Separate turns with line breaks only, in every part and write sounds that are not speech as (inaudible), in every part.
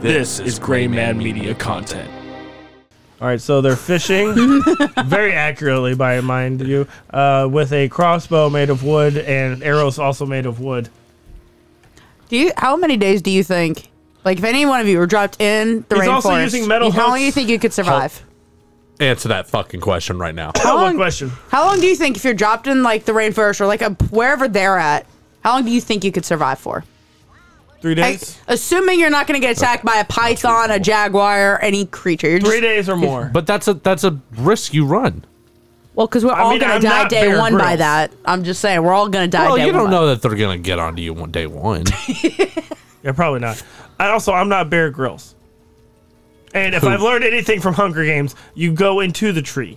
This is Gray Man Media content.
All right, so they're
(laughs)
fishing very accurately, by mind you, uh, with a crossbow made of wood and arrows also made of wood.
Do you? How many days do you think? Like, if any one of you were dropped in the
He's
rainforest,
also using metal
you- how long
hooks.
do you think you could survive?
Answer that fucking question right now. (coughs)
Oh, one
long-
question.
How long do you think if you're dropped in like the rainforest or like a wherever they're at? How long do you think you could survive for?
Three
Like,
days?
assuming you're not going to get attacked by a python, a jaguar, any creature. You're
Three
just,
days or
(laughs)
more.
But that's a that's a risk you run.
well, because we're all
mean,
going to
I'm
die
not
day
Bear
one by
Grylls.
that. I'm just saying we're all going to die.
Well,
day
you
one
don't
by
know that they're gonna get onto you one
(laughs)
day one.
yeah, probably not. I also, I'm not Bear Grylls. And if I've learned anything from Hunger Games, you go into the tree.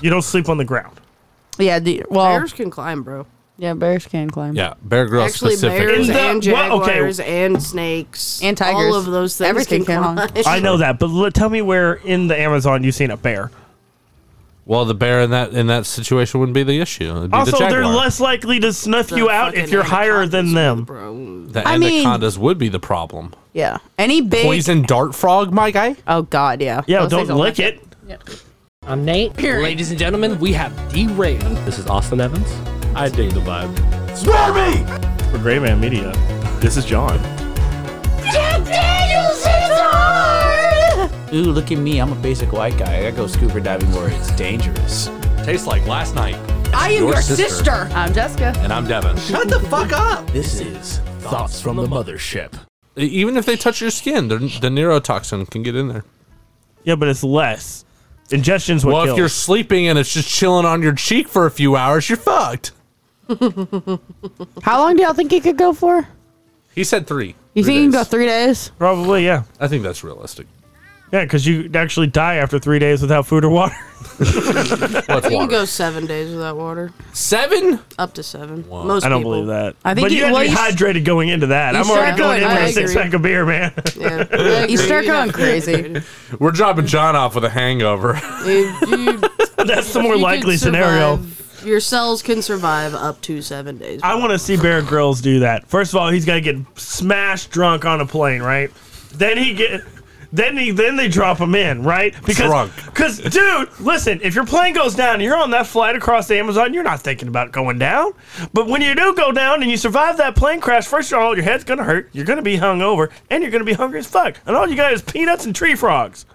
You don't sleep on the ground.
that. Yeah. The, well.
Bears can climb, bro.
Yeah. Bears can climb.
yeah, Bear
Oh,
Grylls
Actually,
specifically.
bears
In the-
and
what? Okay.
jaguars and snakes
And tigers.
All of those things
Everything
can
can
climb.
I know that, but l- tell me where in the Amazon you've seen a bear.
Well, the bear in that in that situation wouldn't be the issue. It'd be
Also,
the
they're
jaguar.
less likely to snuff
The
you out if
fucking
you're higher than
anacondas,
them.
Bro.
the
I mean-
anacondas would be the problem.
Yeah. Any big.
Poison dart frog, my guy.
Oh God. Yeah.
Yeah,
Those
don't
things will
lick it.
I'm Nate. Ladies and gentlemen, we have D Ray. This is Austin Evans. I dig the vibe.
For Gray Man Media, this is John.
Ooh, look at me. I'm a basic white guy. I go scuba diving where it's dangerous.
Tastes like last night.
I am
Your
your,
sister.
sister. I'm Jessica.
And I'm Devin.
Shut the fuck up. This is Thoughts from the Mothership.
Even if they touch your skin, the, the neurotoxin can get in there.
Yeah, but it's less. Ingestion's what
Well,
kills.
if you're sleeping and it's just chilling on your cheek for a few hours, you're fucked.
How long do y'all think it could go for?
He said three.
You
Three
think you can go
days.
three days?
Probably, yeah.
I think
(laughs)
that's realistic.
Yeah, because you actually die after three days without food or
(laughs)
water.
What's
You can
water?
go seven days without water.
Seven?
Up to seven. Most
I don't
people.
believe that.
I think
but you,
you-
had
well,
to be
you s-
hydrated going into that. I'm
start
already going
going-
in
I
for a six
agree.
pack of beer,
(laughs)
man. (laughs)
Yeah, I
You start
agree.
going
Yeah.
crazy.
We're dropping John off with a hangover.
If you-
That's the (laughs)
if
more
you
likely
can
scenario.
survive- Your cells can survive up to seven days.
I want to see Bear Grylls do that. First of all, he's got to get smashed drunk on a plane, right? Then he get. Then he, then they drop him in, right?
Drunk.
because dude, listen, if your plane goes down and you're on that flight across the Amazon, you're not thinking about going down. But when you do go down and you survive that plane crash, first of all, your head's gonna hurt, you're gonna be hungover, and you're gonna be hungry as fuck, and all you got is peanuts and tree frogs.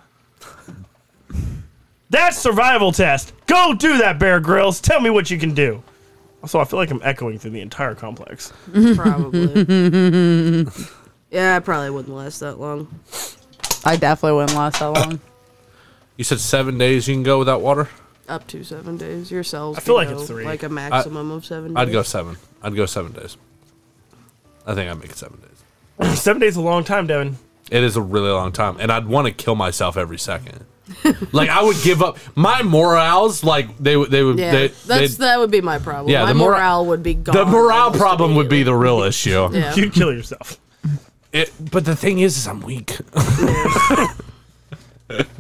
That's survival test. Go do that, Bear Grylls. Tell me what you can do. Also, I feel like I'm echoing through the entire complex. (laughs)
probably. yeah, I probably wouldn't last that long.
I definitely wouldn't last that long.
you said seven days you can go without water?
Up to seven days. Your cells.
I feel
can
like it's
go
three.
Like a maximum of seven.
I'd
days.
go seven. I'd go seven days. I think I'd make it seven days.
Seven days is a long time, Devin.
It is a really long time, and I'd want to kill myself every
(laughs)
second. like I would give up. My morale's like they would. They would.
Yeah,
they,
that's
they'd-
that would be my problem.
Yeah,
my
the mora-
morale, would be gone.
the morale
almost
problem would be the real issue.
immediately. Yeah.
You'd kill yourself.
It, but the thing is, is I'm weak.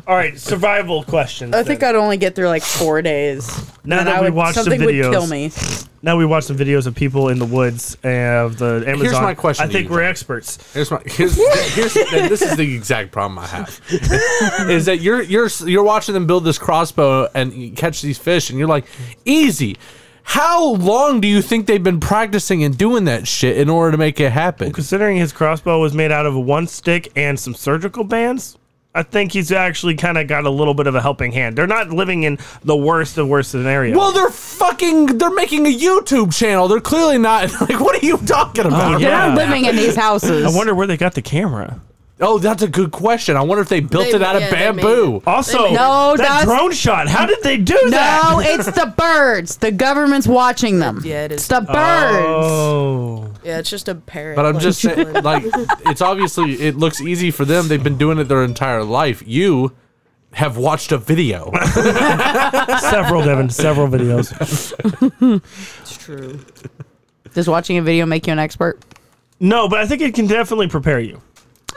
All right, survival questions.
I think
then.
I'd only get through like four days.
Now
And
that
I
we
would,
watched some
something would kill
videos.
me.
now we watch some videos of people in the woods of the Amazon.
my question
I
to
think
you,
we're
John.
experts.
Here's my here's here's and this is the exact problem I have is that you're you're you're watching them build this crossbow and you catch these fish and you're like easy. How long do you think they've been practicing and doing that shit in order to make it happen?
Considering his crossbow was made out of one stick and some surgical bands, I think he's actually kind of got a little bit of a helping hand. They're not living in the worst of worst scenario.
Well, they're fucking they're making a YouTube channel. They're clearly not (laughs) like what are you talking about?
Oh, yeah.
We're living in these houses.
Uh, I wonder where they got the camera.
Oh, that's a good question. I wonder if they built
They-
it out
yeah,
of
they made
bamboo.
Also,
No,
that
that's-
drone shot. How did they do that?
No, it's the birds. The government's watching them.
Yeah, it is.
It's the birds.
Oh.
Yeah, it's just a parrot.
But I'm
like,
(laughs)
just saying,
chilling.
like, it's obviously it looks easy for them. They've been doing it their entire life. You have watched a video.
several Devin, several
(laughs)
videos.
it's true.
Does watching a video make you an expert?
No, but I think it can definitely prepare you.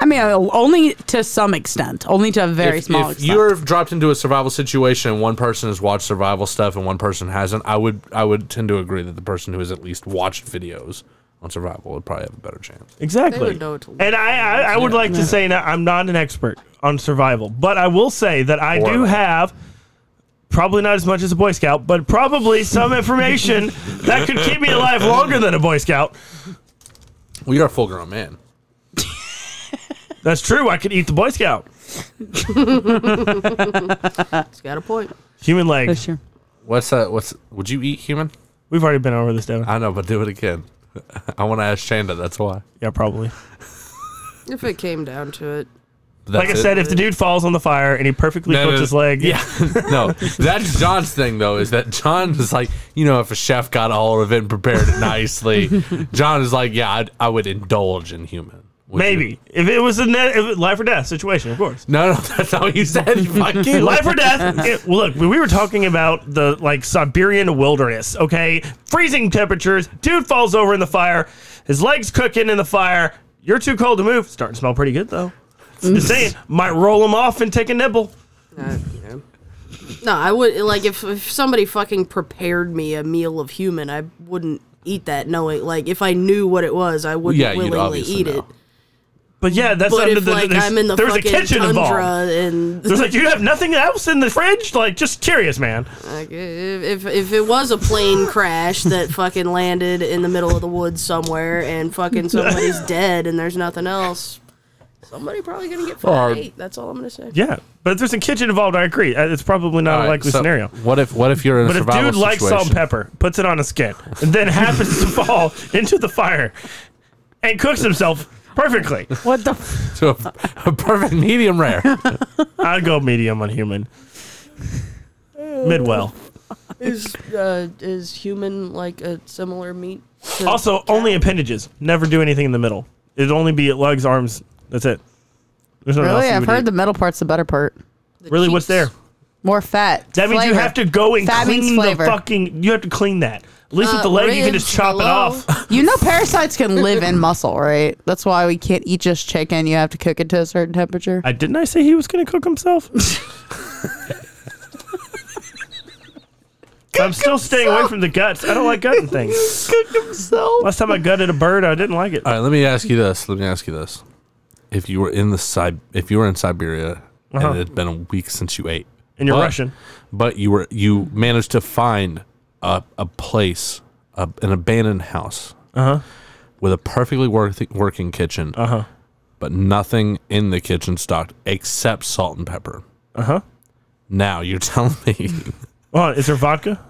I mean, uh, only to some extent. Only to a very
if
small
if
extent.
you're dropped into a survival situation and one person has watched survival stuff and one person hasn't, I would I would tend to agree that the person who has at least watched videos on survival would probably have a better chance.
Exactly.
They would know what to look
and I, I, I would like to say now I'm not an expert on survival, but I will say that I do
Or-
have probably not as much as a Boy Scout, but probably some information that could keep me alive longer than a Boy Scout.
Well, you're a full grown man.
That's true. I could eat the Boy Scout.
It's got a point.
Human leg.
Sure.
What's that? What's would you eat human?
We've already been over this, Devin.
I know, but do it again. (laughs) I want to ask Shanda. That's why.
Yeah, probably.
If it came down to it,
That's
like I
it.
said, if the dude falls on the fire and he perfectly puts his leg,
Yeah, no. That's John's thing though. Is that John is like, you know, if a chef got all of it and prepared it nicely, John is like, yeah, I'd, I would indulge in human. Would you?
maybe if it was a net, if it, life or death situation, of course.
No, no, that's how you said.
(laughs)
you Fucking
Life or death. It, well, look, we were talking about the like Siberian wilderness. Okay, freezing temperatures. Dude falls over in the fire. His legs cooking in the fire. You're too cold to move. Starting to smell pretty good though.
Mm.
Just saying, might roll him off and take a nibble.
uh, you know. No, I would like if, if somebody fucking prepared me a meal of human, I wouldn't eat that knowing like if I knew what it was, I wouldn't
yeah, you'd
willingly
obviously
eat
know.
it.
But yeah, that's
But
under
if
the,
like
there's-
I'm in the
there was a
fucking
kitchen
tundra
involved.
and
There's like you have nothing else in the fridge. Like just curious, man.
like, if, if if it was a plane crash (laughs) that fucking landed in the middle of the woods somewhere and fucking (laughs) somebody's dead and there's nothing else, somebody probably gonna get fucking ate. That's all I'm gonna say.
Yeah, but if there's a kitchen involved, I agree. Uh, It's probably not
All right,
a likely
so
scenario.
What if what if you're in a
But if
survival
dude likes
situation?
salt and pepper, puts it on his skin, and then (laughs) happens to fall into the fire and cooks himself perfectly,
What the? F-
(laughs) to a, a perfect medium rare.
I'd go medium on human. Midwell.
Is uh, is human like a similar meat? to-
Also, only appendages. Never do anything in the middle. It'd only be legs, arms. That's it. There's nothing else
really,
you
I've
would
heard
eat.
the metal part's the better part.
the
Really, what's
cheeks?
there?
More fat.
That means you
flavor.
have to go and
Fat means
clean the
flavor.
fucking. You have to clean that. At least with
Uh,
the leg, you can just
ribs,
chop it
hello?
off.
You know, parasites can live in muscle, right? That's why we can't eat just chicken. You have to cook it to a certain temperature.
I didn't I say he was going to cook
(laughs)
himself? (laughs) I'm still staying away from the guts. I don't like gutting things.
so
Last time I gutted a bird, I didn't like it.
All right, let me ask you this. Let me ask you this. If you were in the Sib- if you were in Siberia
Uh-huh.
and it had been a week since you ate,
And you're
but-
Russian.
but you were you managed to find a, a place, a, an abandoned house,
Uh huh.
with a perfectly work- working kitchen,
Uh huh.
but nothing in the kitchen stocked except salt and pepper.
Uh huh.
Now you're (laughs) telling me
Oh, is there vodka?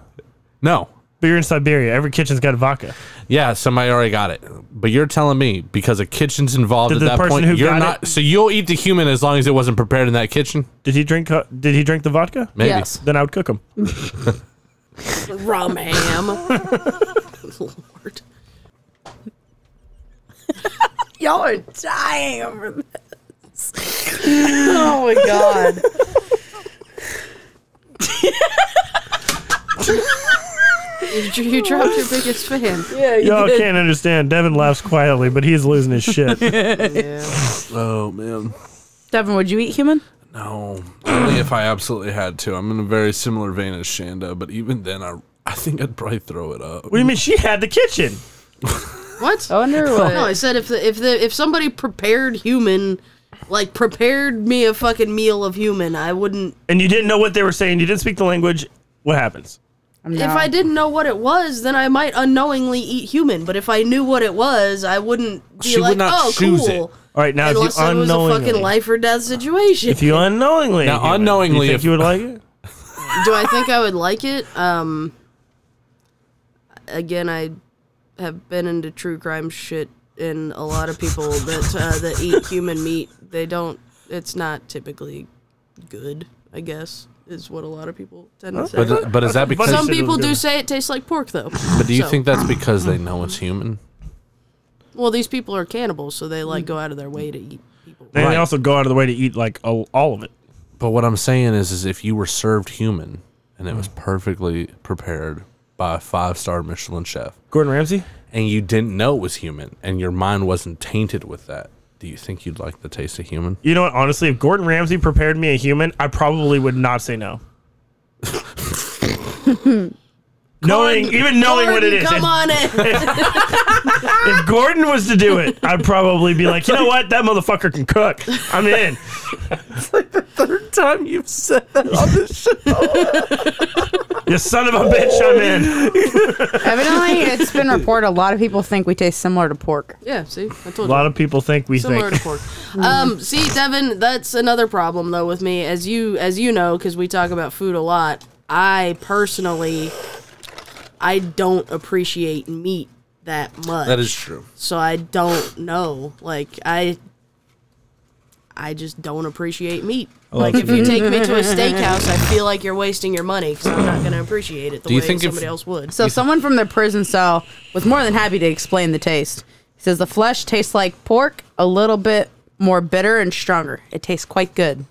no.
But you're in Siberia. Every kitchen's got vodka.
Yeah, somebody already got it. But you're telling me because a kitchen's involved
Did
at
the
that
person
point,
who
you're
got
not.
it-
So you'll eat the human as long as it wasn't prepared in that kitchen.
Did he drink? Uh, did he drink the vodka?
Maybe.
Yes.
Then I would cook him. (laughs)
Rum ham. (laughs) Lord.
y'all are dying over this. oh my god.
You, you dropped your biggest fan. Yeah.
Y'all can't understand. Devin laughs quietly, but he's losing his
(laughs)
shit.
Oh man.
Devin, would you eat human?
No, only if I absolutely had to. I'm in a very similar vein as Shanda, but even then, I I think I'd probably throw it up.
what do you mean? She had the kitchen.
What?
(laughs)
I wonder
No, I
what.
said if the, if the, if somebody prepared human, like prepared me a fucking meal of human, I wouldn't.
And you didn't know what they were saying. You didn't speak the language. What happens?
If I didn't know what it was, then I might unknowingly eat human. But if I knew what it was, I wouldn't be
She would
like,
not
oh,
choose
cool.
it.
All right, now
Unless
if you
it was a
unknowingly,
fucking life or death situation.
if you unknowingly,
Now,
do it,
unknowingly,
you think
if-
you would like it?
Do I think I would like it? Um. Again, I have been into true crime shit, and a lot of (laughs) people that uh, that eat human meat, they don't. It's not typically good. I guess is what a lot of people tend to say.
But, uh, but is that because?
Some
Said it
people
was
do
good.
say it tastes like pork, though.
but do you
so-
think that's because they know it's human?
Well, these people are cannibals, so they
Mm.
like go out of their way to eat people.
And
Right.
they also go out of the way to eat like all, all of it.
But what I'm saying is, is if you were served human and it was perfectly prepared by a five star Michelin chef,
Gordon Ramsay?
and you didn't know it was human, and your mind wasn't tainted with that, do you think you'd like the taste of human?
You know what? Honestly, if Gordon Ramsay prepared
(laughs)
me a human, I probably would not say no. knowing even knowing what it
Gordon,
is.
Come on
(laughs)
it.
If Gordon was to do
(laughs)
it, I'd probably be like, you know what, that motherfucker can cook. I'm
(laughs)
in.
time you've said that on this show.
(laughs) You son of a bitch, I'm in.
Evidently, it's been reported a lot of people think we taste similar to pork.
yeah, see, I told
A
you.
lot of people think we
similar
think.
to pork. um, see, Devin, that's another problem though with me, as you as you know, because we talk about food a lot. I personally, I don't appreciate meat that much.
That is true.
so I don't know. Like I, I just don't appreciate meat. Like if you take
(laughs)
me to a steakhouse, I feel like you're wasting your money because I'm not going to appreciate it the
you
way
think if-
somebody else would.
So someone from their prison cell was more than happy to explain the taste. He says the flesh tastes like pork, a little bit more bitter and stronger. It tastes quite good.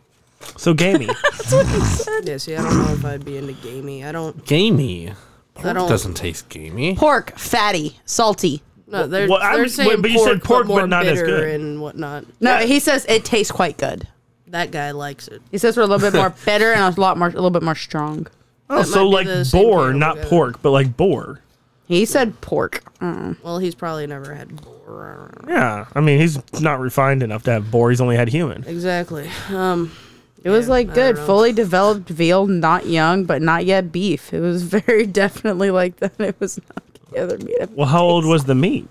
(laughs) So
(laughs)
gamey.
yeah, see, I don't know if I'd be into gamey. I don't.
Gamey.
I don't.
Doesn't taste gamey.
Pork, fatty, salty.
No, they're,
Well, I
they're
was-
saying
but- but you
pork,
said pork, but
more
not as
bitter
good.
and whatnot.
No,
Yeah.
he says it tastes quite good.
That guy likes it.
He says we're a little bit
(laughs)
more bitter and a lot more, a little bit more strong.
Oh,
That
so
might
like
be the same
boar,
kind of
not
together.
pork, but like boar.
He said pork. Mm.
Well, he's probably never had boar.
Yeah, I mean he's not refined enough to have boar. He's only had human.
Exactly. Um,
It was
Yeah,
like
I
good,
don't know.
fully developed veal, not young, but not yet beef. It was (laughs) very definitely like that. It was not the other meat. I've-
Well, how old was the meat?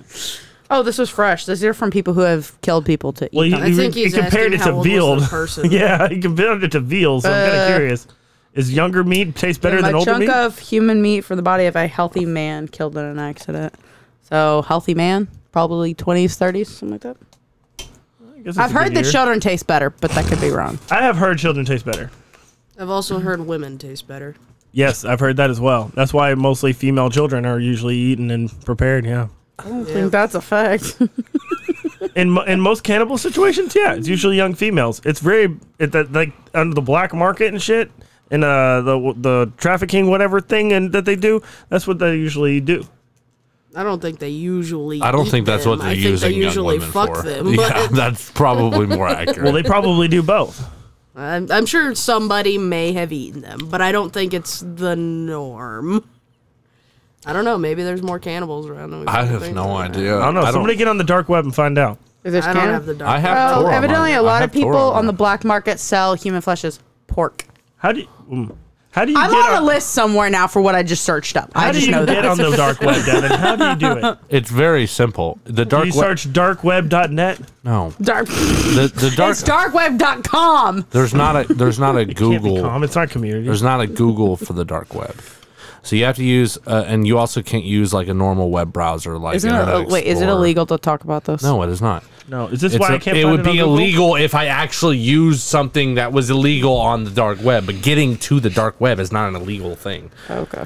Oh, this was fresh. These are from people who have killed people to eat.
Well, he,
them.
I
he-
think
he
he's
compared
asking
it
how
to
old was
veal.
the
(laughs) (laughs)
person.
yeah, he compared it to veal. So I'm kind of curious. Is younger meat taste better
I'm
than
a
older
Uh, chunk
meat?
of human meat from the body of a healthy man killed in an accident. So healthy man, probably 20s, 30s, something like that.
I guess it's
I've
a good
heard that
year.
children taste better, but that could be wrong.
I have heard children taste better.
I've also heard women taste better.
Yes, I've heard that as well. That's why mostly female children are usually eaten and prepared. Yeah,
I think that's a (laughs) fact.
in mo- in most cannibal situations, yeah, it's usually young females. It's very it, that like under the black market and shit, and uh the the trafficking whatever thing and that they do. That's what they usually do.
I don't think they usually.
I don't
eat
think that's
them.
what they're
I think
using
They usually
young women
fuck
for. (laughs)
them.
yeah,
But
that's probably more accurate.
Well, they probably do both.
(laughs) I'm, I'm sure somebody may have eaten them, but I don't think it's the norm. I don't know. Maybe there's more cannibals around. Than we
I
fucking
have
think.
no idea.
I don't know. Somebody get on the dark web and find out.
Is this
I don't have the dark.
I have
Well,
Torah on
Oh, evidently,
mine.
a
I
lot
have
of people
Torah
on the
mine.
black market sell human flesh as pork.
How do you, mm, how do you
I'm
get
on a list somewhere now for what I just searched up.
How
I
do
just
you
know
get
that.
on the dark
(laughs)
web, Devin? How do you do it?
It's very simple. The
Do
dark
you
web.
search darkweb.net?
no,
(laughs) Dark.
the
(laughs)
the dark.
It's darkweb.com.
There's not a there's not a
Can't be
Google.
calm. It's not community.
There's not a Google for the dark web. So you have to use, uh, and you also can't use like a normal web browser. Like
Isn't
Internet
oh,
it, wait, is it
Explorer.
illegal to talk about this?
No, it is not.
no. Is this
It's
why I
a-
I can't?
it
find
would
on
be
Google?
illegal if I actually used something that was illegal on the dark web. But getting to the dark web is not an illegal thing.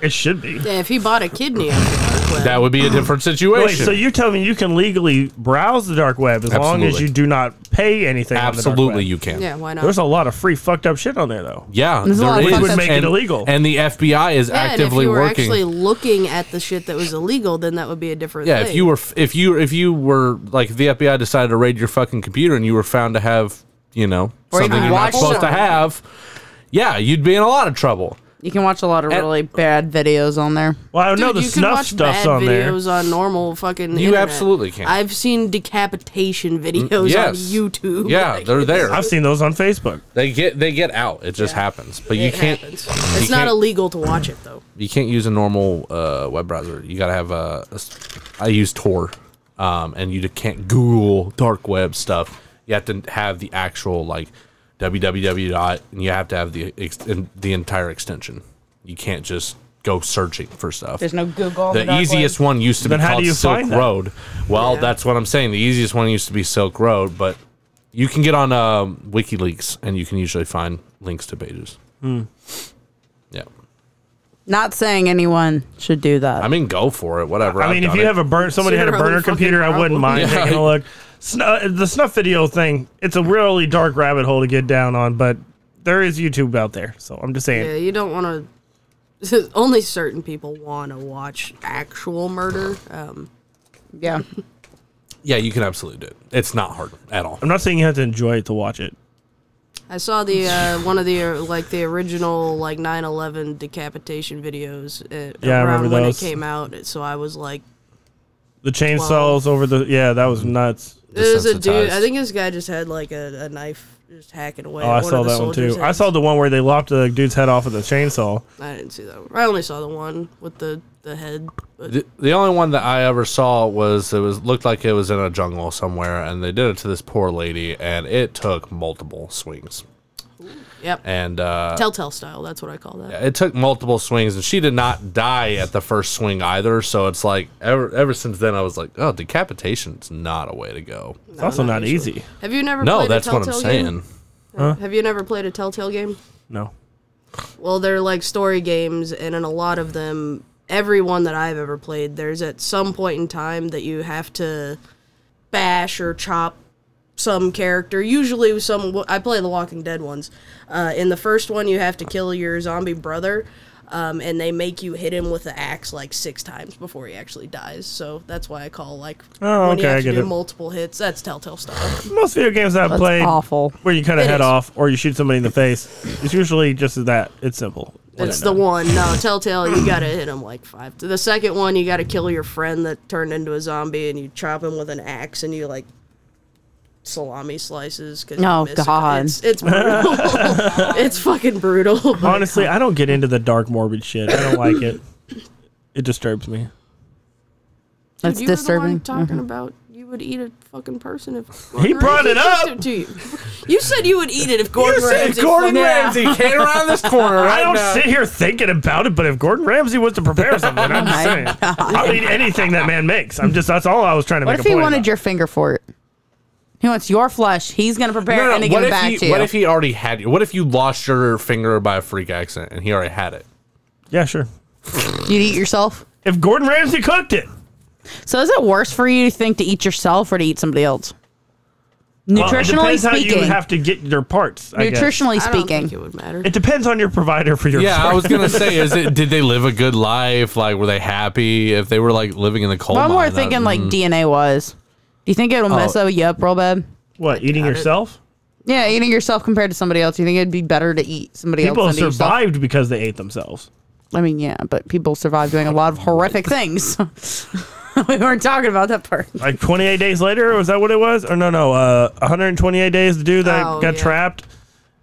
It should be.
Yeah, if he bought a kidney, on the dark web,
That would be a different
Wait,
situation.
so you tell me you can legally browse the dark web as long as
Absolutely.
you do not pay anything? on the dark
Absolutely,
web.
you can.
yeah, why not?
There's a lot of free fucked up shit on there though.
Yeah,
There's a lot of
there
fucked
is.
Which would
make it
and,
illegal.
And the FBI is
yeah, and if
actively
you were
working.
actually looking at the shit that was illegal, then that would be a different.
yeah,
thing.
if you were, if you, if you were like, if the FBI decided to raid your fucking computer and you were found to have, you know,
Or even
something you're not
watch
supposed to
something.
have, yeah, you'd be in a lot of trouble.
You can watch a lot of really bad videos on there.
Well, I
Dude,
know the
you can
snuff
watch
stuff's
bad
on there.
videos on normal fucking.
You
internet.
absolutely can.
I've seen decapitation videos on
yes.
YouTube.
Yeah,
Like,
they're there.
I've seen those on Facebook.
they get, they get out. It just happens. But you
it
can't,
happens. It's not
can't-
illegal to watch it though.
you can't use a normal uh, web browser. You gotta have a. a s- I use Tor, um, and you can't Google dark web stuff. You have to have the actual like www dot, and you have to have the ex- in- the entire extension. You can't just go searching for stuff.
There's no Google.
the, easiest one used to
Then
be
how do
called
you
Silk
find that?
Road. Well,
Yeah.
that's what I'm saying. The easiest one used to be Silk Road, but you can get on um, WikiLeaks and you can usually find links to pages.
Hmm.
Yeah,
Not saying anyone should do that.
I mean, go for it. Whatever.
I
I've
mean, if
done
you
it.
have a burn, somebody had a
Sooner or
burner
later, fucking
computer, I wouldn't
problem.
mind
Yeah.
taking a look. Snu- the snuff video thing, it's a really dark rabbit hole to get down on, but there is YouTube out there. So I'm just saying.
Yeah, you don't want to. (laughs) Only certain people want to watch actual murder. Um,
yeah.
Yeah, you can absolutely do it. It's not hard at all.
I'm not saying you have to enjoy it to watch it.
I saw the uh, one of the uh, like the original like 9/11 decapitation videos. Uh,
Yeah, I
around
remember
when
those.
it came out. So I was like,
The chainsaws over the yeah, that was nuts.
there was a dude.
Desensitized.
I think this guy just had like a, a knife just hacking away.
Oh,
at
I
one
saw
of the
that one too.
soldiers'
I
heads.
saw the one where they lopped the dude's head off with a chainsaw.
I didn't see that one. I only saw the one with the the head. But
The, the only one that I ever saw was it was looked like it was in a jungle somewhere, and they did it to this poor lady, and it took multiple swings,
yep,
and uh,
telltale style. That's what I call that.
it took multiple swings, and she did not die at the first swing either. So it's like ever ever since then, I was like, oh, decapitation's not a way to go.
It's also not
usually.
easy.
Have you never?
No,
played
that's
a
what I'm
telltale
saying.
Game?
(laughs)
Have you never played a Telltale game?
No.
Well, they're like story games, and in a lot of them, every one that I've ever played, there's at some point in time that you have to bash or chop some character. Usually, with some I play the Walking Dead ones. Uh, in the first one, you have to kill your zombie brother. Um, and they make you hit him with the axe like six times before he actually dies. So that's why I call like
Oh,
when you
okay,
have
I
to
get
do
it.
multiple hits. That's Telltale style.
Most video games I've
That's
played
awful.
where you cut a
It
head
is.
off or you shoot somebody in the face. It's usually just that. It's simple.
That's the one. No, Telltale, you gotta hit him like five. The second one, you gotta kill your friend that turned into a zombie, and you chop him with an axe, and you like salami slices. 'cause you
Oh,
miss it.
God.
it's, it's brutal. (laughs) it's fucking
(laughs)
brutal. but-
Honestly, I don't get into the dark morbid shit. I don't like it. It disturbs me.
That's
you Were the
disturbing. Mm-hmm.
one talking about you would eat a fucking person if
He
Gordon
brought it
Ramsay
up!
kissed it to you. You said you would eat it if Gordon Ramsay. fucking-
came around this corner
I don't sit here thinking about it, but if Gordon Ramsay was to
(laughs)
prepare something, I'm just saying, I'll eat anything that man makes. I'm just that's all I was trying to
What
make.
if
a
he
point
wanted
about.
your finger for it? He wants your flesh. He's gonna prepare
No,
it
no,
and
what
give it
if,
back to
he,
you.
what if he already had you? What if you lost your finger by a freak accident and he already had it?
Yeah, sure.
You'd eat yourself.
If Gordon Ramsay cooked it,
So is it worse for you to think to eat yourself or to eat somebody else?
Well, it
Nutritionally
depends how
speaking.
you have to get your parts. I guess.
nutritionally
I don't think
speaking.
it would matter.
It depends on your provider for your.
Yeah, I
part.
was gonna say, is it did they live a good life? Like, were they happy? If they were like living in the cold,
But I'm more
mine, that-
thinking like DNA was. Do you think it'll mess up you up real bad?
what eating yourself.
Yeah, eating yourself compared to somebody else. You think it'd be better to eat somebody
People
else than to eat yourself?
survived because they ate themselves.
I mean, yeah, but people survive doing a lot of horrific things. (laughs) we weren't talking about that part.
Like 28 days later, was that what it was? Or no, no, uh, 128 days. The dude that
Oh,
got
yeah.
trapped.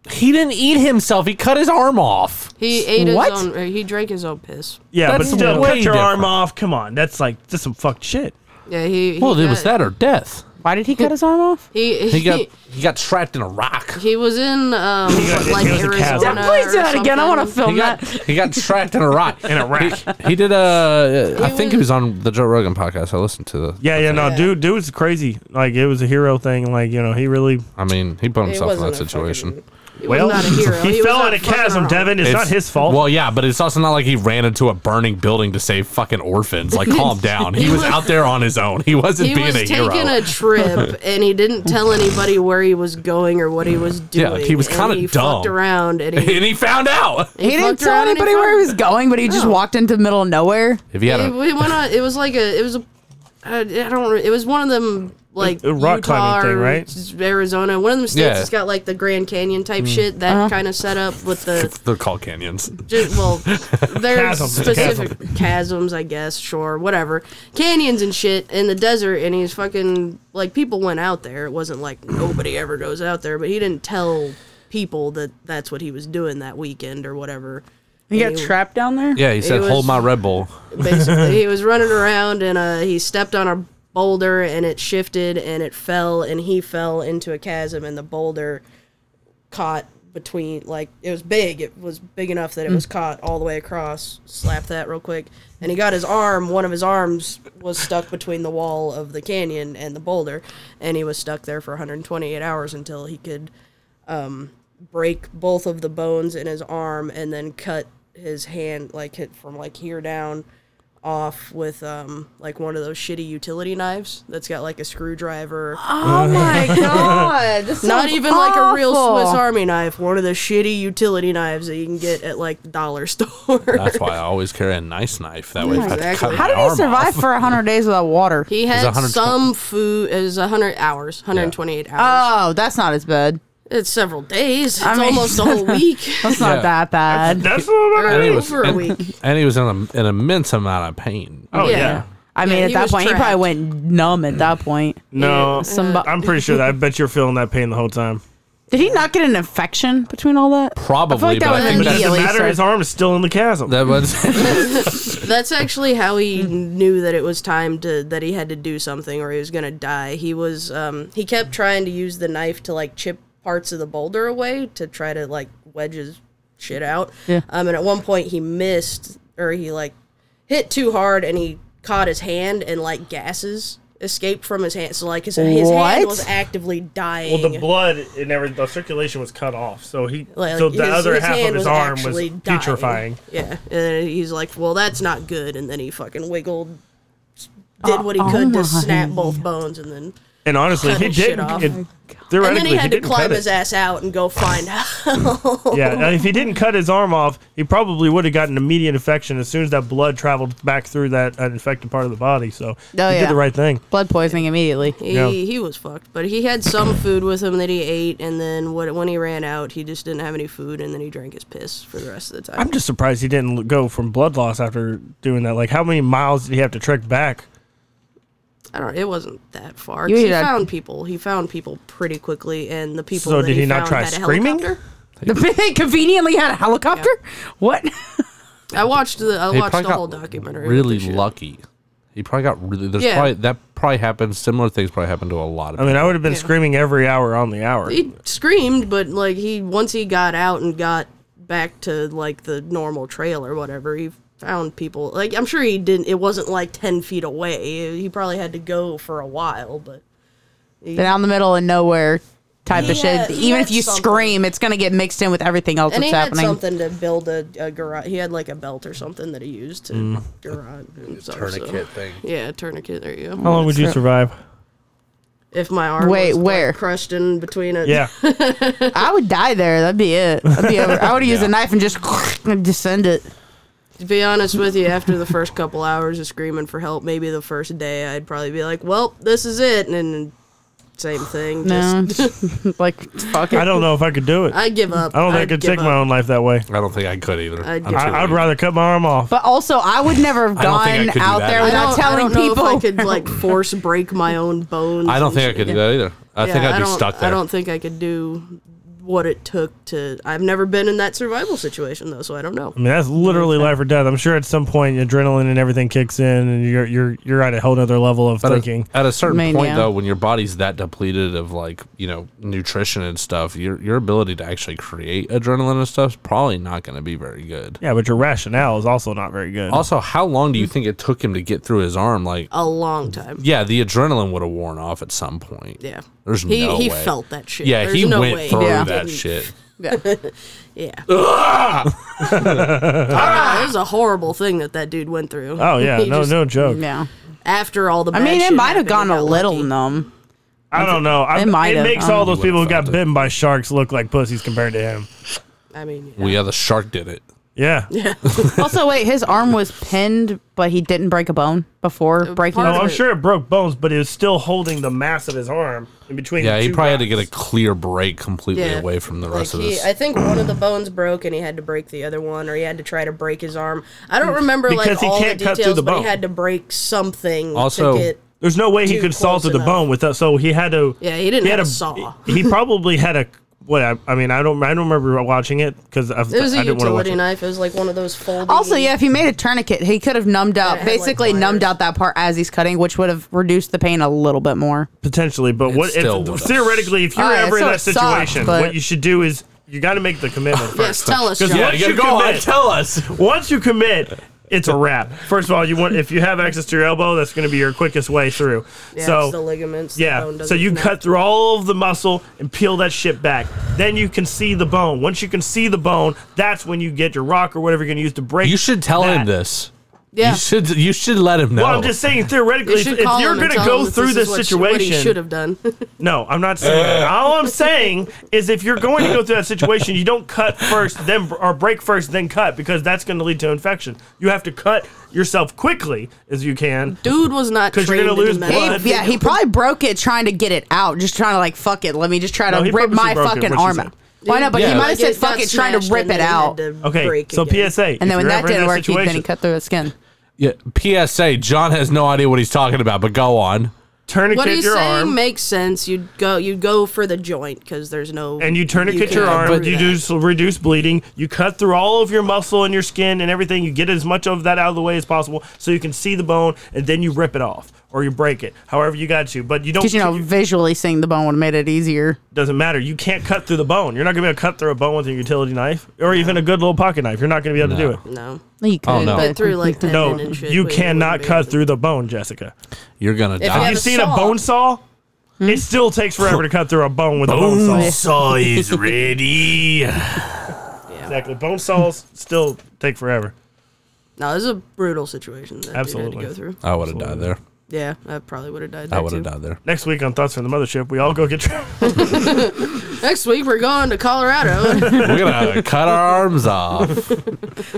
he didn't eat himself. He cut his arm off.
he ate
What?
his own. or He drank his own piss.
Yeah,
That's
but still,
way
cut your arm
different.
off. Come on, that's like just some fucked shit.
Yeah, he. he
Well, it was
got-
that or death.
Why did he cut his arm off?
He
He
(laughs)
got he got trapped in a rock.
He was in um,
got-
like
he was a
Arizona.
chasm.
(laughs)
or
Please do that again. I want to
something.
He
film
got
that.
he (laughs) got trapped in a rock.
In a rack.
He, he did a. I think he
was-
was on the Joe Rogan podcast. I listened to the.
Yeah, yeah, no, dude, dude was crazy. Like it was a hero thing. Like you know, he really
I mean, he put
He
himself in
wasn't
that
a
situation.
fucking- he was
well.
(laughs) not a
(laughs)
hero.
He,
was
fell
not
in a
fucking
chasm,
wrong.
Devin. It's, not his fault.
Well, yeah, but it's also not like he ran into a burning building to save fucking orphans. Like,
(laughs)
calm down. He was out there on his own. He wasn't
He
being
was
a
taking
hero.
a trip and he didn't tell anybody where he was going or what he was doing.
Yeah, like, he was
and
kinda
he
dumb.
fucked around
(laughs)
and
(laughs)
he,
and he found out.
He, didn't
fucked
tell
around and
anybody where he was
found-
going, but he just
No.
walked into the middle of nowhere.
If he had
It,
a,
we went on. It was like a. It was a. I, I don't. re- It was one of them like
A- a rock
Utah
climbing thing,
or
right? Hmm.
Arizona. One of them states
Yeah.
that's got like the Grand Canyon type shit. That kind of setup with the
they're called canyons.
Ju-
(laughs)
well, there's
Chasms,
specific chasms, I guess, sure, whatever. Canyons and shit in the desert, and he's fucking like people went out there. It wasn't like nobody ever goes out there, but he didn't tell people that that's what he was doing that weekend or whatever.
He got
And he-
trapped down there.
Yeah, he said,
was-
"Hold my Red Bull."
Basically, he was running around and uh, he stepped on a boulder and it shifted and it fell and he fell into a chasm and the boulder caught between like it was big it was big enough that it was caught all the way across slap that real quick and he got his arm one of his arms was stuck between the wall of the canyon and the boulder and he was stuck there for 128 hours until he could um, break both of the bones in his arm and then cut his hand like hit from like here down off with um like one of those shitty utility knives that's got like a screwdriver
(gasps) Oh my
(laughs)
god! This
not
sounds
even like a real
awful.
Swiss Army knife, one of the shitty utility knives that you can get at like the dollar (laughs) store.
That's
(laughs)
why I always carry a nice knife. That way, if I cut
Exactly.
How
my
did he
arm
survive for hundred days without water?
he
It was
had
120
some food. It was 100 hours, 128 hours.
Oh, that's not as bad.
It's several days. It's
Uh, I mean-
almost
(laughs)
a whole week.
That's
Yeah.
not that bad.
That's what I
Or
And he
mean.
was,
over a
and-
week.
and he was in a, an immense amount of pain.
Oh yeah.
Yeah.
I mean,
Yeah,
at
he
that
was
point, he probably
trapped.
went numb at that point.
No, mm,
Some-
I'm pretty sure that. I bet you're feeling that pain the whole time.
Did he not get an infection between all that?
Probably,
I feel like that
but
was
I think
But it
that's,
doesn't
Immediately
matter.
start-
His arm is still in the chasm. (laughs)
that was.
That's actually how he knew that it was time to that he had to do something or he was gonna die. He was um he kept trying to use the knife to like chip parts of the boulder away to try to like wedge his shit out.
Yeah.
Um and at one point he missed or he like hit too hard and he caught his hand and like gases escaped from his hand. So like his his hand
What?
was actively dying.
well, the blood and everything, the circulation was cut off, so he,
Like,
so the
his-
other
his
half
hand
of his arm was
actually dying.
putrefying.
Yeah, and he's like, "Well, that's not good." And then he fucking wiggled, did what he
Oh,
could
my.
to snap both bones, and then
And honestly,
Cut
he
his shit
did.
off.
It,
Oh my
theoretically,
and then he had to
didn't
climb
cut
his
it.
ass out and go find (laughs) help.
Yeah, and if he didn't cut his arm off, he probably would have gotten immediate infection as soon as that blood traveled back through that uh, infected part of the body. So
Oh,
he
yeah.
did the right thing.
Blood poisoning immediately.
He,
Yeah.
he was fucked, but he had some food with him that he ate, and then what, when he ran out, he just didn't have any food, and then he drank his piss for the rest of the time.
I'm just surprised he didn't l- go from blood loss after doing that. Like, how many miles did he have to trek back?
I don't. It wasn't that far.
You
'cause
eat
he
a-
found people. He found people pretty quickly, and the people.
So
that
did
he,
he not
found
try
had a
screaming?
helicopter.
(laughs) they conveniently had a helicopter. What?
I watched the. I
He
watched
probably
the whole
got
documentary. with
Really
this shit.
lucky. He probably got really. There's
Yeah.
probably that probably happened. Similar things probably happened to a lot of.
I mean, I would have been
Yeah.
screaming every hour on the hour.
he screamed, but like he once he got out and got back to like the normal trail or whatever, he found people. Like I'm sure he didn't. It wasn't like ten feet away. He probably had to go for a while, but
Down the middle of nowhere type of
Yeah,
shit.
he
Even
had
if you
something.
scream, it's gonna get mixed in with everything else
and he
that's happening.
had something to build a, a garage. He had like a belt or something that he used to
Mm.
garage himself.
Tourniquet
so.
thing.
Yeah, tourniquet. There you
how
go.
long would you survive?
If my arm
Oh. Wait,
was like,
where?
crushed in between
(laughs)
it,
Yeah.
I would die there. That'd be it. That'd be over. I would have used a knife and just descend it.
To be honest with you, after the first couple hours of screaming for help, maybe the first day, I'd probably be like, "Well, this is it," and then same thing.
No, (laughs)
Just,
like fuck it.
I don't know if I could do it. I,
(laughs) I give up.
don't think I could take my own life that way.
I don't think I could either.
I'd
I'm
get-
too
I, I'd
weak.
rather cut my arm off.
But also, I would never have
I don't think I
gone
could do
out
that.
there
I
I
without
don't, I
telling
don't know
people.
if I could like force break my own bones.
I don't
and
think I
shit.
could do that either. I think
Yeah,
I'd be
don't-
stuck there.
I don't think I could do what it took to. I've never been in that survival situation though, so I don't know.
I mean, that's literally life or death. I'm sure at some point adrenaline and everything kicks in, and you're you're you're at a whole other level of
But
thinking.
at, at a certain
Man,
point,
yeah.
though, when your body's that depleted of like you know nutrition and stuff, your your ability to actually create adrenaline and stuff is probably not going to be very good.
Yeah, but your rationale is also not very good.
Also, how long do you think it took him to get through his arm? Like,
A long time.
yeah, the adrenaline would have worn off at some point.
Yeah.
There's
He
no
he
way.
felt that shit.
Yeah,
There's
he
no
went
way.
through
Yeah.
that
Didn't-
shit.
Yeah. Ah! It was a horrible thing that that dude went through.
oh yeah,
(laughs) He
no
just-
no joke.
(laughs) Yeah.
After all the,
I
bad
mean, it
shit
might have
happened,
gone
he
a
got
little
lucky.
numb.
I don't know. I,
It might
it
have.
makes
I don't
all
know.
those people who got
Would've felt it.
bitten by sharks look like pussies compared to him.
I mean, yeah.
Well, yeah, the shark did it.
(laughs)
Yeah. No,
also, wait, his arm was pinned, but he didn't break a bone before breaking.
part
Uh, it.
of
Oh, I'm sure it broke bones, but it was still holding the mass of his arm in between.
Yeah,
the
he
two
probably had to get
rocks.
a clear break completely
Yeah.
away from the
Like
rest of
he,
this.
I think one of the bones broke, and he had to break the other one, or he had to try to break his arm. I don't remember
Mm. Because
like
he
all the
can't cut through
details,
the
but
bone.
he had to break something.
Also-
to get,
There's no way he
too
could saw
close
through the
enough.
bone without. So he had to.
yeah, he didn't
he had
have
a
a saw.
(laughs) He probably had a. What I, I mean, I don't. I don't remember watching it because I, I
It was a
didn't want to watch
utility
it.
knife. It was like one of those folding.
Also, yeah, if he made a tourniquet, he could have numbed out,
had, like,
basically
wires.
numbed out that part as he's cutting, which would have reduced the pain a little bit more.
potentially. But what
still
if,
would've-
theoretically, if you're
Oh, yeah,
ever in
so
that
it sucked,
situation,
but-
what you should do is you got to make the
(laughs)
commitment first.
Yes, tell us,
'Cause
John.
once you commit,
tell (laughs) us.
once you commit, it's a wrap. First of all, you want if you have access to your elbow, that's going to be your quickest way through.
Yeah, it's the
so
ligaments. the bone
yeah, so
doesn't
you
connect.
cut through all of the muscle and peel that shit back. Then you can see the bone. Once you can see the bone, that's when you get your rock or whatever you're going to use to break.
You should tell him
that.
this.
Yeah.
You should you should let him know.
Well, I'm just saying
You
theoretically, if,
should
if
call
you're
him
going
and
to
tell
go
him that
through
is
this
what sh- what he
situation,
should have (laughs) done.
No, I'm not saying that. All I'm saying is if you're going to go through that situation, you don't cut first, then or break first, then cut because that's going to lead to infection. You have to cut yourself quickly as you can.
Dude was not
'Cause
trained
you're gonna lose
in
blood.
medical.
He-
Yeah, he probably broke it trying to get it out, just trying to like fuck it. Let me just try
No,
to
he
rip
purposely
my
broke it,
fucking
what she
arm
said.
out. Well, I know, but he
Yeah.
might have
Like,
said
it
fuck
got
it, trying to
smashed
rip
and
it
then
out.
had to
Okay,
break
so
again.
PSA.
And
if
then when
you're
that
ever in
didn't work, he then he
situation, Oh,
cut through his skin.
yeah, PSA. John has no idea what he's talking about, but go on.
What
tourniquet
he's
your
saying
arm,
makes sense. You'd go, you'd go for the joint because there's no.
and you tourniquet
can't
your arm.
undo
You
that.
do s- reduce bleeding. You cut through all of your muscle and your skin and everything. You get as much of that out of the way as possible so you can see the bone, and then you rip it off or you break it, however you got to. But you don't.
Because you know, visually seeing the bone would have made it easier.
doesn't matter. You can't cut through the bone. You're not going to be able to cut through a bone with a utility knife or even a good little pocket knife. You're not going to be able to do it.
No,
You
Oh,
could,
no.
but through
(laughs)
like tendon
No,
and shit.
you
but
cannot
wouldn't be
cut
able
through the bone, Jessica.
You're gonna
If
die.
you
Have you
a
seen a
saw. Hmm?
bone saw? It still takes forever to cut through a bone with a bone saw.
saw (laughs) is ready.
Exactly. Bone saws still take forever.
to. No, this is a brutal situation that
Absolutely.
Absolutely. had to go through.
I would have died there.
Yeah, I probably would have died.
I
there,
would have
too.
died there.
Next week on Thoughts from the Mothership, we all go get tra-
Next week we're going to Colorado. (laughs)
We're gonna
(laughs)
cut our arms off.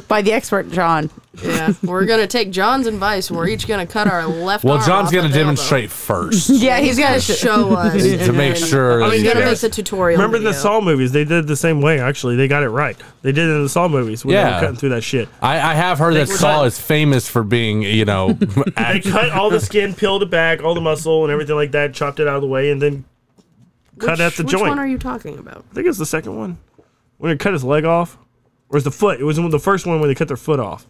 By the expert, John. (laughs)
yeah, we're gonna take John's advice. We're each gonna cut our left.
Well,
arm
John's
off at
gonna
the elbow.
demonstrate
(laughs)
first
Yeah, he's got
He's
to.
gonna show
(laughs)
us
to make sure.
I
that
mean,
He's
you
gonna
get
make
it.
the tutorial.
Remember in the
video.
Saw movies, they did it the same way, actually. They got it right. They did it in the Saw movies when they
Yeah.
were cutting through that shit.
I, I have heard that
we're
Saul
done.
is famous for being, you know,
They (laughs)
act-
cut all the skin, peeled it back, all the muscle and everything like that, chopped it out of the way, and then cut
Which-
at the
which
joint.
one are you talking about?
I think it's the second one. When they cut his leg off. Or is the foot? It was the first one when they cut their foot off.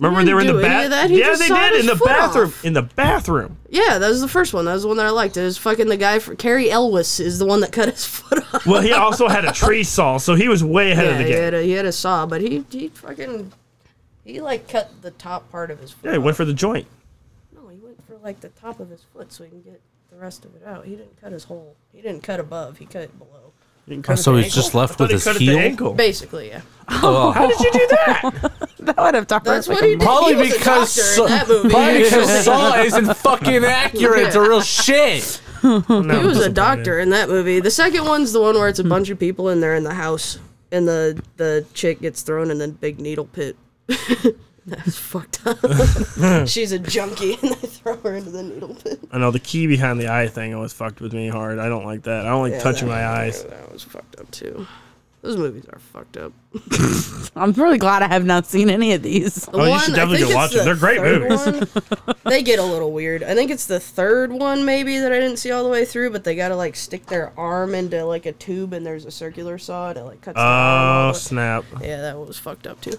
Remember they
didn't
were in the
do any of that.
bath.
He
Yeah,
just
they
sawed
did
his
in the
foot
bathroom.
off.
In the bathroom.
Yeah, that was the first one. That was the one that I liked. It was fucking the guy for Carrie Elwes is the one that cut his (laughs) foot off.
Well, he also had
(laughs)
a tree saw, so he was way ahead of
Yeah,
the
he
game.
had, a, he had a saw, but he he fucking he like cut the top part of his foot.
Yeah, he went
off.
for the joint.
no, he went for like the top of his foot so he can get the rest of it out. He didn't cut his whole. He didn't cut above. He cut below.
He didn't cut
so
at the
he's
ankle?
just left
I thought
with
he
his
cut at the
heel?
ankle.
Basically, yeah.
How did you do that?
That would have talked
That's what he did.
probably
he was
because
a doctor
Saul-
in that movie.
(laughs) probably because Saul isn't fucking accurate to real shit.
(laughs) no,
(laughs) he was a doctor in that movie. The second one's the one where it's a bunch of people and they're in the house and the the chick gets thrown in the big needle pit. (laughs) That's
(laughs)
fucked up. She's a junkie and they throw her into the needle pit.
I know the key behind the eye thing always fucked with me hard. I don't like that. I don't like touching my eyes.
That was fucked up too. Those movies are fucked up.
I'm really glad I have not seen any of these.
The
Oh,
one
you should definitely go
it's
watch 'em.
the
They're great
third
movies. (laughs)
one. they get a little weird. I think it's the third one maybe that I didn't see all the way through, but they gotta like stick their arm into like a tube and there's a circular saw and it like cuts. their arm
Oh
all the way.
snap!
Yeah, that was fucked up too.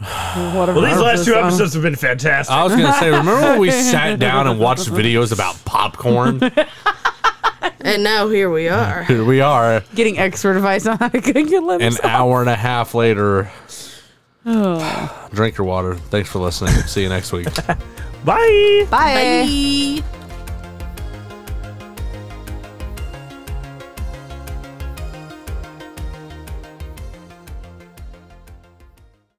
Well, these last two episodes have been fantastic.
I was gonna say, remember when we sat down and watched videos about popcorn?
And now here we
(laughs)
are.
Here we are,
Getting expert advice on how to (laughs) cook your liver.
an hour and a half later. Oh. (sighs) Drink your water. Thanks for listening. See you next week.
(laughs) Bye.
Bye.
Bye.